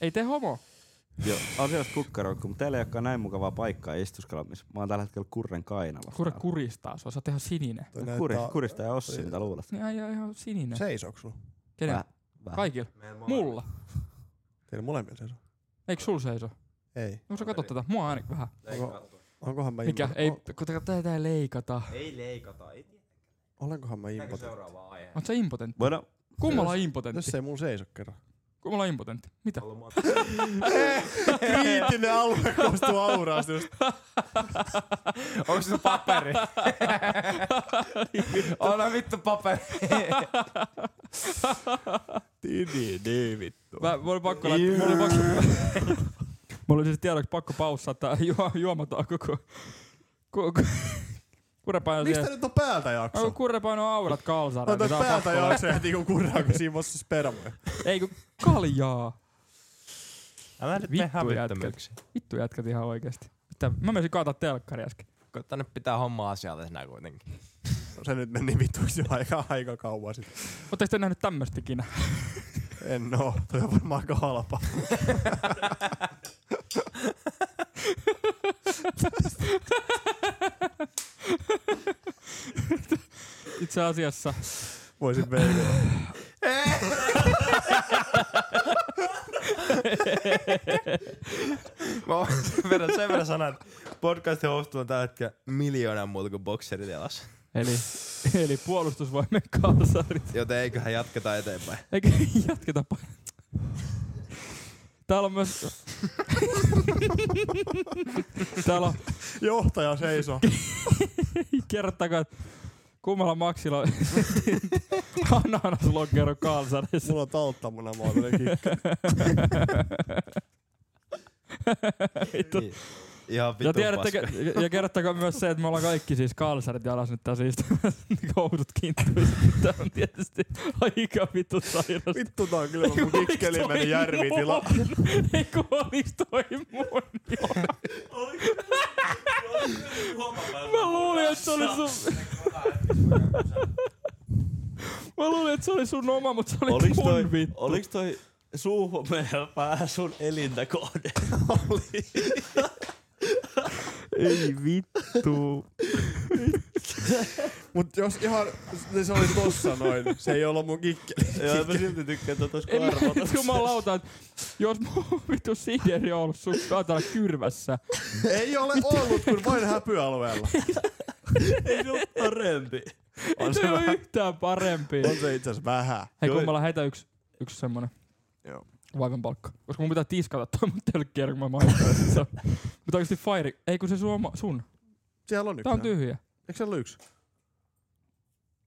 Ei tee homo.
Joo, asiasta kukkaroikku, mutta teillä ei olekaan näin mukavaa paikkaa istuskella, missä mä oon tällä hetkellä kurren kainalla.
Kurre kuristaa sua, sä oot ihan sininen.
Toi
No, Kuri,
näyttää-
kurista ja Ossi, mitä luulet.
Niin aijaa ihan sininen.
Seisoks sulla?
Kenen?
Vähän. Vähän.
Kaikilla.
Meillä molemmilla.
Mulla.
Teillä molemmilla seiso?
Eikö sul seiso?
Ei.
Onko sä katot tätä? Mua ainakin vähän.
Leikattu.
Onkohan mä
Mikä?
impotent-
Ei,
O-
kun tätä ei leikata.
Ei leikata, ei tiedä.
Olenkohan mä
Mennäänkö
impotentti?
seuraavaan aiheeseen?
Oot sä impotentti?
Voidaan,
Kummalla on
Jos
impotentti?
ei mun seiso kerran.
Kummalla on impotentti? Mitä?
Haluan mua-
Kriittinen alue koostuu auraasta just.
Onko se paperi? Anna vittu paperi.
Niin, niin vittu.
Mä, mulla oli pakko laittaa, mulla oli pakko... mulla oli siis tiedoksi pakko paussaa tää juo, juomataan koko... Ku, ku, kurrepaino
Mistä
siihen.
nyt on päältä jakso?
No, kurrepaino aurat kalsaraan.
Otat
niin tää on
päältä
pakko
jakso heti kun kurraa, kun siis siivossa spermoja.
laittaa. Ei kun kaljaa.
Älä nyt
Vittu
mene hävyttömyyksiin.
Vittu jätkät ihan oikeesti. Mitä? Mä menisin kaataa telkkari äsken.
Kun Tänne pitää homma asialle sinä kuitenkin.
No Se nyt meni vituksi jo aika, aika kauan sitten.
Ootteko te nähnyt tämmöstä ikinä?
En oo, toi on varmaan aika halpa.
Itse asiassa.
Voisin veikata.
Mä oon sen verran, sen verran sanan, että podcast host on tällä hetkellä miljoona muuta kuin bokseritelassa.
Eli, eli puolustusvoimien kalsarit.
Joten eiköhän jatketa eteenpäin.
Eikä jatketa pa- Täällä on myös... Täällä on
Johtaja seisoo.
kertakaa, että kummalla maksilla on ananaslokero kalsarissa.
Mulla on talttamuna maalinen kikka.
Vittu.
Ihan vittu
Ja, tiedättekö, ja- ja kerrottakoon myös se, että me ollaan kaikki siis kalsarit jalassa nyt tässä istumassa, niin housut kinttuissa. Tämä on tietysti aika vittu sairas.
Vittu tää on kyllä mun kikkeli meni järvitila.
Ei kun oliks toi mun jo. Mä luulin, että se oli sun... Mä luulin, että se oli sun oma, mutta se oli
Oliks
mun
toi,
vittu.
oliks toi suuhun meidän pää sun elintä kohde?
Ei vittu.
Mut jos ihan, niin se- se oli tossa noin. Se ei ollut mun kikkeli.
Joo, mä silti tykkään tuota
En mä
skarvata.
jumalauta, että jos mun vittu sideri on ollut sun kaatalla kyrvässä,
Ei ole ollut, kun vain häpyalueella.
Ei se oo parempi.
ei
On
niin se
se
ole
vähän.
yhtään parempi.
On se itse asiassa vähän.
Hei,
Joo.
kummalla heitä yksi, yksi semmonen.
Joo.
Vaivan palkka. Koska mun pitää tiskata toi mun tölkkiä, kun mä mainitaan. Mutta oikeesti Fire, ei kun se sun, oma- sun.
Siellä on yksi.
Tää on tyhjä.
Eikö siellä ole yksi?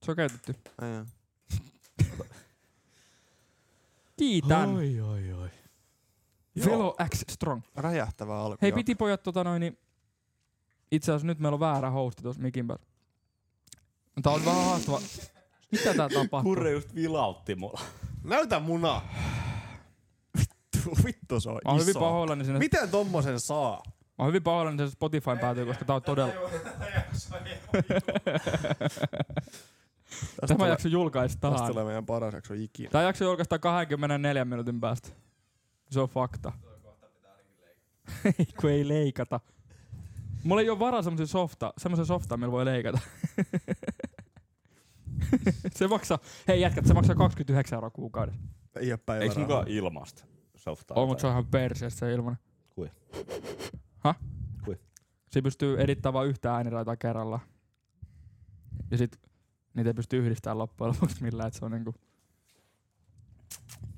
Se on käytetty.
Ai joo.
Kiitän.
Oi, oi, oi.
Fellow X Strong.
Räjähtävä alku.
Hei,
joo.
piti pojat tota noin, niin itse asiassa nyt meillä on väärä hosti tuossa mikin päällä. No, Tää on vähän haastava. Mitä tää tapahtuu?
Kurre just vilautti mulla.
Näytä muna. Vittu, vittu se on
Mä oon hyvin
iso.
pahoillani sinne.
Miten tommosen saa?
Mä oon hyvin pahoillani sinne Spotifyn päätyy, koska tää on todella...
Tästä
Tämä
tulee-
jakso
Tästä
julkaistaan.
tulee meidän paras jakso ikinä.
Tämä jakso julkaistaan 24 minuutin päästä. Se on fakta. Ei, kun ei leikata. Mulla ei ole varaa semmoisen softa, semmoisen softaa, millä voi leikata. se maksaa, hei jätkät, se maksaa 29 euroa kuukaudessa.
Ei oo päivää.
Eiks mukaan ilmasta softaa?
On, mutta se on ihan perseessä se ilman.
Kui?
Häh?
Kui?
Siinä pystyy edittämään vain yhtä ääniraitaa kerrallaan. Ja sit niitä ei pysty yhdistämään loppujen lopuksi millään, että se on niinku...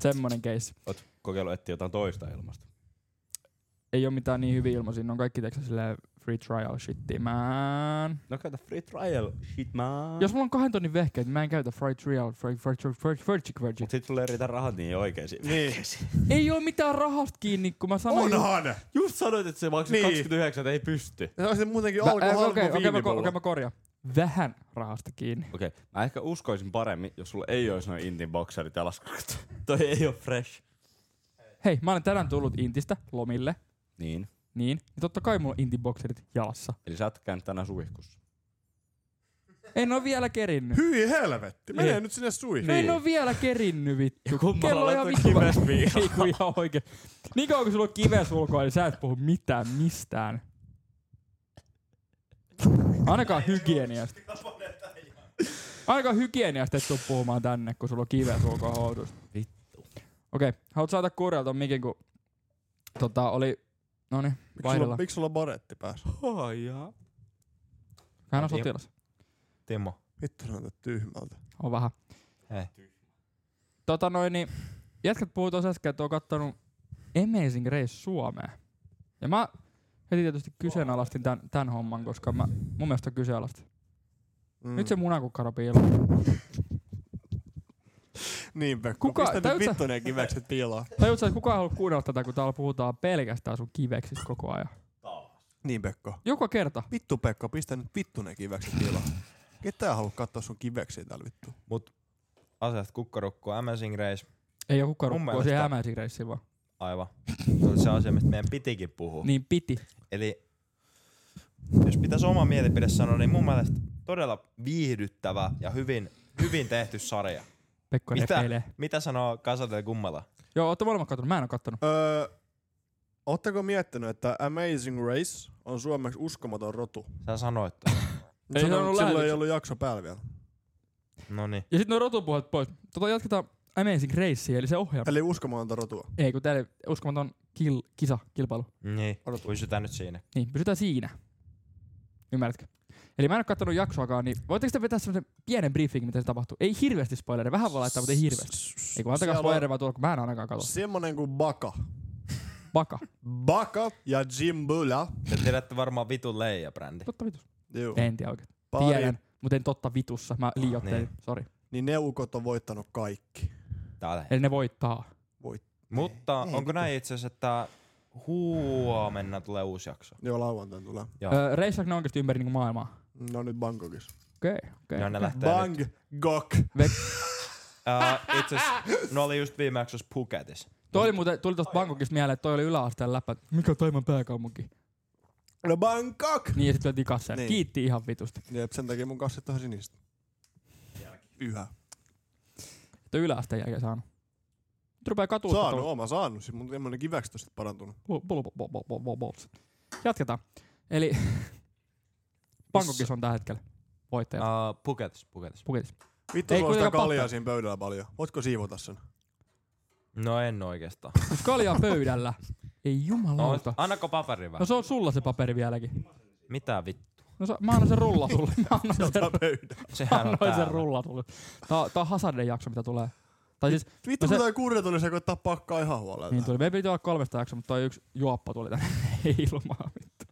Semmonen case.
Oot kokeillut etsiä jotain toista ilmasta?
ei ole mitään niin hyviä ilmaisia, ne on kaikki teksä silleen free trial shittiä, man.
No käytä free trial, shit man.
Jos mulla on kahden tonnin vehkeet, niin mä en käytä free trial, free, free, free, free, free, free, free.
Mut sit sulle ei riitä rahat niin oikeisiin.
Niin.
Ei oo mitään rahasta kiinni, kun mä sanoin...
Onhan!
Just sanoit, että se maksat
Niin.
29, että ei pysty.
Ja Se on se muutenkin
Mä-
alku
äh,
halpa
Okei, okei, mä ko-
viinipullo.
okei, mä korjaan. Vähän rahasta kiinni.
Okei, okay. mä ehkä uskoisin paremmin, jos sulla ei olisi noin intin bokserit jalas. Toi ei oo fresh.
Hei, mä olen tänään tullut Intistä lomille,
Niin.
niin, niin totta kai mulla on Intin-bokserit jalassa.
Eli sä oot käynyt tänään suihkussa.
En oo vielä kerinnyt.
Hyi helvetti, menee
Niin.
nyt sinne suihin.
Niin. En oo vielä kerinnyt vittu.
kummalla
Kello on ihan
laittoi
vittu.
kives
Ei kun ihan oikein. Niin kauan kun sulla on kives ulkoa, niin sä et puhu mitään mistään. Ainakaan hygieniasta. Ainakaan hygieniasta et tuu puhumaan tänne, kun sulla on kives ulkoa housussa. Vittu. Okei, okay. haluat saada korjaa ton mikin, kun tota oli... Noni,
Miksi sulla,
vaihdellaan.
miksi sulla on baretti päässä?
Oh, jaa.
Hän on sotilas.
Timo.
Vittu näytä tyhmältä.
On vähän.
Hei.
Tota noin, niin jätkät puhuu tuossa äsken, että on kattonut Amazing Race Suomeen. Ja mä heti tietysti kyseenalaistin tämän, tämän homman, koska mä, mun mielestä on kyseenalaista.
Mm.
Mm. Nyt se munakukkaro piiloo.
Niin Pekko,
Kuka-
Kuka? pistä nyt
täytsä-
vittu ne kivekset piiloon.
Tajut sä, että kukaan ei halua kuunnella tätä, kun täällä puhutaan pelkästään sun kiveksistä koko ajan.
Niin Pekko.
Joka kerta.
Vittu Pekko, pistä nyt vittu ne kivekset piiloon. Ketä ei halua katsoa sun kiveksiä täällä vittu?
Mut asiat kukkarukko, Amazing Race,
Ei ole kukaan
Mun
rukkua
mielestä-
siihen Amazing Raceen vaan.
aivan. Se oli se asia, mistä meidän pitikin puhua.
Niin piti.
Eli jos pitäisi oma mielipide sanoa, niin mun mielestä todella viihdyttävä ja hyvin, hyvin tehty sarja.
Pekka
Mitä?
repeilee.
Mitä sanoo Kasatel Kummala?
Joo, ootte molemmat kattonut. Mä en oo kattonut.
Öö, ootteko miettinyt, että Amazing Race on suomeksi uskomaton rotu?
Sä sanoit toi.
Ei
Silloin-
se ollut
Silloin ei
lähetyksen.
ollut jakso päällä vielä.
Noniin.
Ja sitten nuo rotupuheet pois. Tota jatketaan Amazing Raceen, eli se ohjelma.
Eli uskomatonta rotua.
Ei, kun täällä uskomaton kil, kisa, kilpailu.
Niin.
Odotu.
Pysytään nyt siinä.
Niin, pysytään siinä. Ymmärrätkö? Eli mä en ole kattonut jaksoakaan, niin voitteko te vetää semmoisen pienen briefingin, miten se tapahtuu? Ei hirveästi spoilereja, vähän voi laittaa, mutta ei hirveästi. Ei kun antakaa
Siellä on
spoilereja vaan tuolla, kun mä en ainakaan katso.
Semmonen kuin Baka.
Vaka.
Baka ja Jimbula.
Te tiedätte varmaan vitun leija-brändi.
Totta vitus.
Joo.
En tiedä oikein.
Pari. Ah,
Tiedän, mutta en totta vitussa. Mä liioittelin,
Niin.
sori.
Niin ne ukot on voittanut kaikki.
Täällä.
Eli ne voittaa.
Mutta
Ei,
Niin.
onko näin itse asiassa, että Huomenna tulee uusi jakso.
Joo, lauantaina tulee.
Öö, Reissaako ne oikeasti ympäri niin maailmaa?
No nyt Bangkokissa.
Okei, okay, okei.
Ja
Okay.
ne lähtee nyt.
Bangkok.
Uh, itse asiassa ne oli just viime jaksossa Phuketissa.
Toi oli muuten, tuli tosta Bangkokista mieleen, että toi oli yläasteen läppä. että Mikä on Taiman pääkaupunki?
No Bangkok!
Niin ja sit lyötiin kasseen.
Niin.
Niin. Kiitti ihan vitusti.
Jep, sen takia mun kassit on sinistä. Yhä.
Että yläasteen jälkeen saanut. Nyt rupee katuutta.
Saanut, oon mä saanut. Siis mun tämmönen kivekset on sit parantunut.
tuolla- bol- bol- bol- bol- bol- bol- Jatketaan. Eli Bangkokissa on tällä hetkellä voittaja.
Uh, Phuketissa, Phuketissa.
Puketissa.
Vittu,
Ei
sulla on sitä
kuitenkaan
kaljaa
pakka.
siinä pöydällä paljon. Voitko siivota sen?
No en oikeastaan.
Mut kaljaa pöydällä. Ei
No,
jumalauta.
annako paperi vähän?
No se on sulla se paperi vieläkin.
Mitä vittu?
No se, mä annan sen rulla sulle. Mä annan sen,
Tää pöydä.
Sehän on
annan sen
täällä.
rulla sulle. Tää, on- tää on Hazarden jakso, mitä tulee. Tai siis,
Vittu,
No
kun
se-
tää kurja tuli, se koittaa pakkaa ihan huolella.
niin tuli. Me piti olla kolmesta jaksoa, mutta toi yksi juoppa tuli tänne ilmaan. Vittu.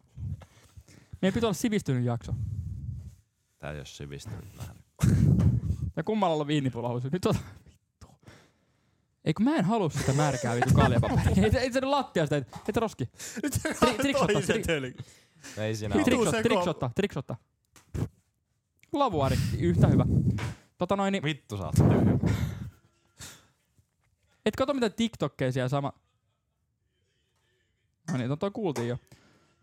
Meidän piti olla sivistynyt jakso.
Tää ei oo sivistynyt No, nähdä.
Ja kummalla on viinipulahus. Nyt on... Vittu. Ei kun mä en halua sitä märkää vitu kaljapaperia. Ei, ei se nyt lattia sitä, et, et roski.
Nyt se
Tri- triksottaa,
kattoi sen
tri-
teli.
Ei siinä
Vittu.
ole.
Triksotta,
sekoa.
triksotta, triksotta. Lavuari, yhtä hyvä. Tota noin, niin,
Vittu sä oot tyhjä.
et kato mitä TikTokkeja siellä sama. No niin, no toi kuultiin jo.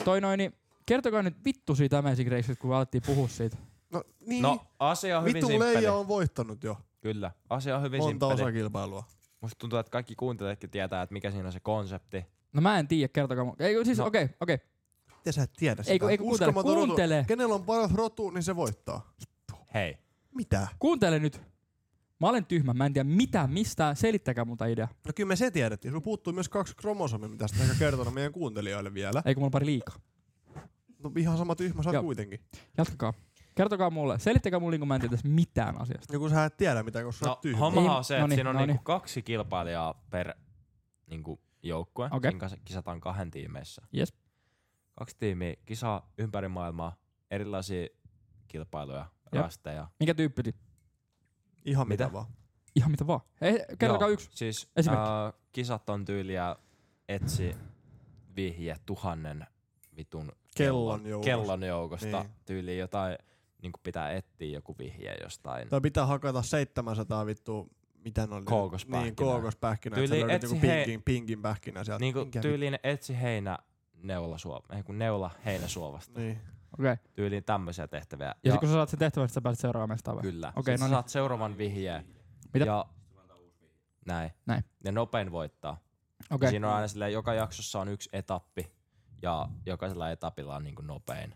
Toi noin, niin, kertokaa nyt vittu siitä Amazing Raceista, kun alettiin puhua siitä.
No niin.
No, asia on hyvin
Vittu,
simppeli.
Leija on voittanut jo.
Kyllä, asia on hyvin
Monta
simppeli.
osakilpailua.
Musta tuntuu, että kaikki kuuntelijatkin tietää, että mikä siinä on se konsepti.
No mä en tiedä, kertokaa mun. Ei kun siis,
No.
okei, okei.
Miten sä et tiedä sitä?
Ei kun, ei kun kuuntele,
Uskomaton rotu.
kuuntele.
Kenellä on paras rotu, niin se voittaa.
Hei.
Mitä?
Kuuntele nyt. Mä olen tyhmä, mä en tiedä mitään mistään, selittäkää muuta idea.
No kyllä me se tiedettiin. Sulla puuttuu myös kaksi kromosomia, mitä sitä ehkä kertonut meidän kuuntelijoille vielä.
Ei kun mulla on pari liikaa.
No ihan sama tyhmä sä oot
Joo.
kuitenkin.
Jatkakaa. Kertokaa mulle. Selittäkää mulle, niin kun mä en tiedä tässä mitään asiasta.
Joku sä et tiedä mitä, koska sä
No,
oot tyhmä.
hommahan
Ei,
on se, että
noniin,
siinä on
noniin.
niinku kaksi kilpailijaa per niinku, joukkue.
Okei.
Siinä kas- kisataan kahden tiimeissä.
Jes.
Kaksi tiimiä kisaa ympäri maailmaa, erilaisia kilpailuja,
Jep.
rasteja.
Mikä tyyppi?
Ihan mitä,
Mitä?
vaan.
Ihan mitä vaan. Ei, kertokaa
Joo,
yksi.
Siis
Esimerkki.
äh, kisat on tyyliä etsi vihje tuhannen vitun
Kellon joukosta.
kellon joukosta.
Niin.
Tyyliin jotain niin pitää etsiä joku vihje jostain.
Tai pitää hakata 700 vittu, mitä ne oli?
Kookospähkinää.
Niin, kookospähkinä. Tyyli,
Tyyli
että sä löydät joku
etsi he-
pinkin, pinkin pähkinä sieltä.
Niinku
Minkä
tyyliin etsi heinä neula suova, ei kun neula heinä suovasta.
vi- Niin.
Okei. Okay.
Tyyliin tämmöisiä tehtäviä.
Ja sit kun sä saat sen tehtävän, sit sä pääset seuraavaan mestaan vai?
Kyllä.
Okei,
Sitten
no
sä
niin.
saat seuraavan vihjeen.
Mitä?
Ja... Näin.
Näin.
Ja nopein voittaa.
Okei.
Siinä on aina silleen, joka jaksossa on yksi etappi. Ja jokaisella etapilla on niin kuin nopein.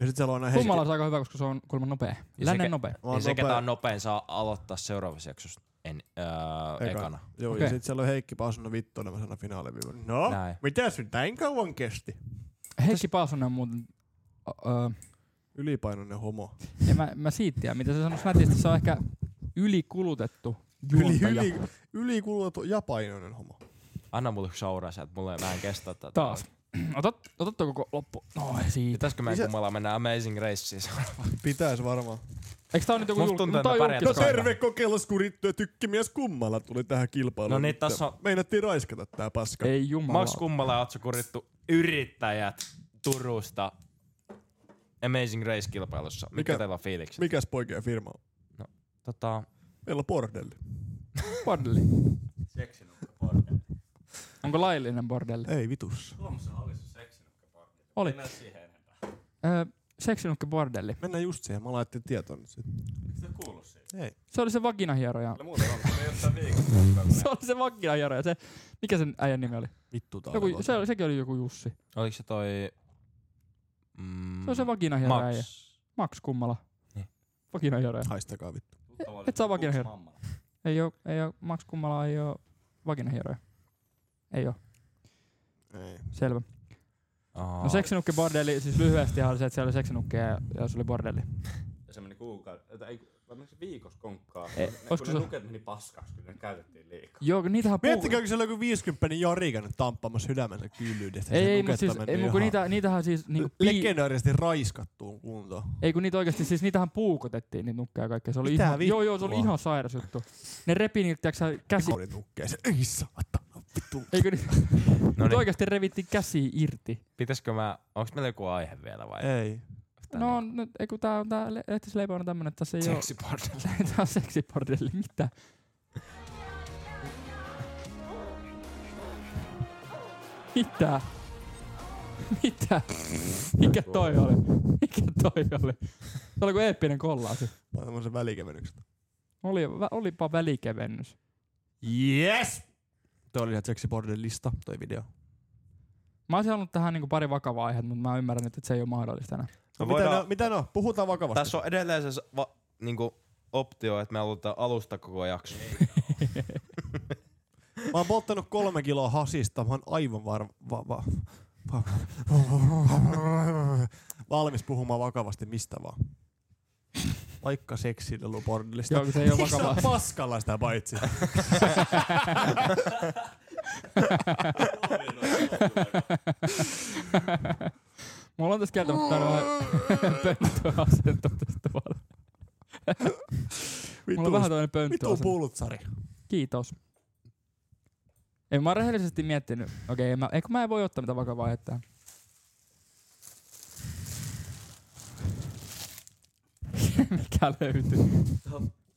Ja sit siellä on aina
Kummalla on se aika hyvä, koska se on kuulemma nopea. Lännen nopea.
Mä oon
ja Niin se,
nopea.
ketä on nopein, saa aloittaa seuraavassa jaksossa en, öö,
Eka.
ekana. ekana.
Joo, ja
Okei.
sit siellä on Heikki Paasunen vittuilla, mä sanon finaaliviivon.
Ah!
No,
Näin.
mitä se näin kauan kesti?
Heikki Paasonen on muuten... Öö,
Ylipainoinen homo.
en mä, mä siitä tiedä, mitä se sanoisi nätisti. Se on ehkä ylikulutettu
Yli,
juontaja.
yli, ylikulutettu ja painoinen homo.
Anna mulle sauraa sieltä, mulle vähän kestää tätä.
Taas. Otat, otat toi koko loppu. No ei siitä.
Pitäisikö meidän
Isä-
kummalla mennä Amazing siis? Raceen?
Pitäis varmaan.
Eiks tää on nyt joku
Musta
julk-
tuntuu,
no tää on
että mä pärjään
No
julkis-
Jatkaa.
terve kokeiluskurittuja tykkimies kummalla tuli tähän kilpailuun.
No niin,
nyt.
tässä on-
Meinattiin raiskata tää paska.
Ei jumala.
Max Kummala ja Atsu Kurittu, yrittäjät Turusta Amazing Race-kilpailussa. Mikä,
Mikä-
Mikä teillä on fiiliksi?
Mikäs poikien firma on?
Tota,
Meillä on bordelli.
bordelli. Onko laillinen bordelli?
Ei vitus.
Oli. Öö, seksinukki bordelli.
Mennään just siihen, mä laitin tietoon nyt sit. Ei.
Se oli se vaginahieroja. Se oli se vaginahieroja. Se, mikä sen äijän nimi oli?
Vittu tää
Joku, se oli, sekin oli joku Jussi.
oliko se toi... Mm,
Se on se vaginahieroja äijä.
Max.
Max Kummala.
Niin.
Vaginahieroja.
Haistakaa vittu.
Et- Et saa vaginahieroja. Ei oo, ei oo, Max Kummala ei oo vaginahieroja. Ei oo,
Ei.
selvä.
Aa,
No seksinukki bordelli, siis lyhyesti oli se, että siellä oli seksinukki ja, ja se oli bordelli.
Ja se meni kuukauden, tai ei, vai menikö se viikossa konkkaan?
Ei,
Ne,
olisiko
kun ne
se-
nuket meni paskaksi, kun ne käytettiin liikaa.
Joo, kun niitähän puu...
Miettikääkö siellä joku 50 niin Jari nyt tamppaamassa sydämensä kyllyydestä.
Ei, ei, mut siis, ei, mut kun niitä, niitähän siis... Niinku,
Niin legendaarisesti raiskattuun kuntoon.
Ei kun niitä oikeasti, siis niitähän puukotettiin niitä nukkeja ja kaikkea. Se oli
Mitä
ihan,
vittua?
joo, joo, se oli ihan sairas juttu. Ne repi niitä, tiiäksä, käsi.
Oli nukkeeseen. Ei saatana. vittu.
Eikö niin?
No
Mut
niin,
oikeasti revittiin käsi irti.
pitäisikö mä, onks meillä joku aihe vielä vai?
Ei.
Eh,
Tää niinku
No, no ei kun tää on tää le- lehtisleipä on tämmönen, että tässä ei oo...
Seksiportilla.
tää on seksibordelli, mitä? Mitä? Mitä? Mikä toi oli? Mikä toi oli? Se oli kuin eeppinen kollaasi.
Mä oon sen välikevennykset.
Oli, vä- olipa välikevennys.
Yes! Toi oli ihan seksiborden lista, toi video. No
Mä olisin halunnut tähän niinku pari vakavaa aihetta, mutta mä ymmärrän nyt, että se ei ole mahdollista enää.
No,
No
mitä,
voidaan-
no, mitä no? Puhutaan vakavasti.
Tässä on edelleen se s- va, niinku, optio, että me aloitetaan alusta koko jakso.
Mä oon polttanut kolme kiloa hasista, mä oon aivan var... Va, va, va, valmis puhumaan vakavasti mistä vaan. Vaikka seksilelupordellista.
Joo, kun se ei oo
Miksi sä
vakavaa.
oot paskalla sitä paitsi?
Mulla on tässä kieltämättä täällä vähän pönttöä asento tästä vaan. Mulla on vähän
Vitu,
toinen
vitu
pönttöasento.
pultsari.
Kiitos. Ei, mä oon rehellisesti miettinyt. Okei, okay, mä, eikö mä en voi ottaa mitään vakavaa aihetta. Mikä löytyy?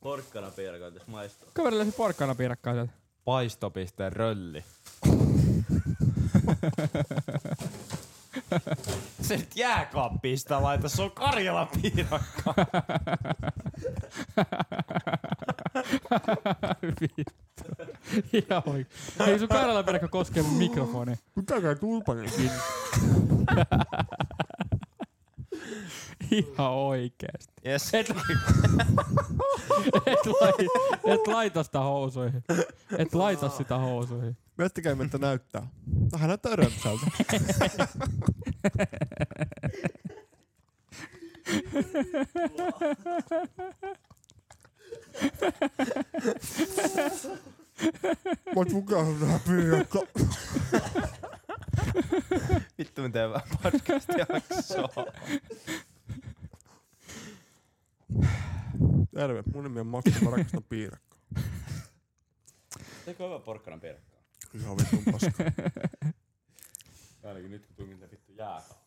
Porkkana piirakaan tässä maistuu.
Kaveri löysi porkkanapiirakkaa sieltä.
Paistopiste rölli. se nyt jääkaappista laita, se on Karjalan piirakka.
Vittu. Ihan oikein. Ei sun karjalapiirakka koskee mun mikrofoni.
Mitäkään tulpanenkin.
Ihan oikeesti.
Yes.
Et, et, lai, et laita sitä housuihin. Et laita sitä housuihin.
Miettikää, miltä näyttää. Vähän näyttää römsältä. Mut mukaan on vähän piirakka.
Vittu me teemme podcast jaksoa.
Terve, mun nimi on Matti, mä rakastan piirakkaa.
Teekö hyvä porkkana piirakkaa?
Ihan vitun paska.
Ainakin nyt kun tunkin tätä vittu jääkaa.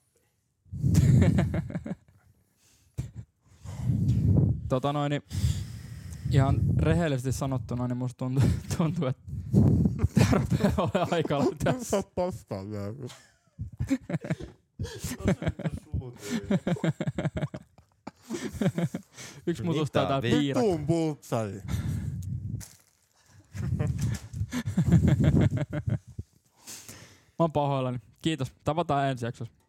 Tota noin, niin ihan rehellisesti sanottuna, niin musta tuntuu, tuntuu että tää rupeaa olemaan aika lailla tässä.
paskaa vielä.
Yksi mutustaa
Mitä
tää piirakka.
Vitun pultsari.
Mä oon pahoillani. Kiitos. Tavataan ensi jaksossa.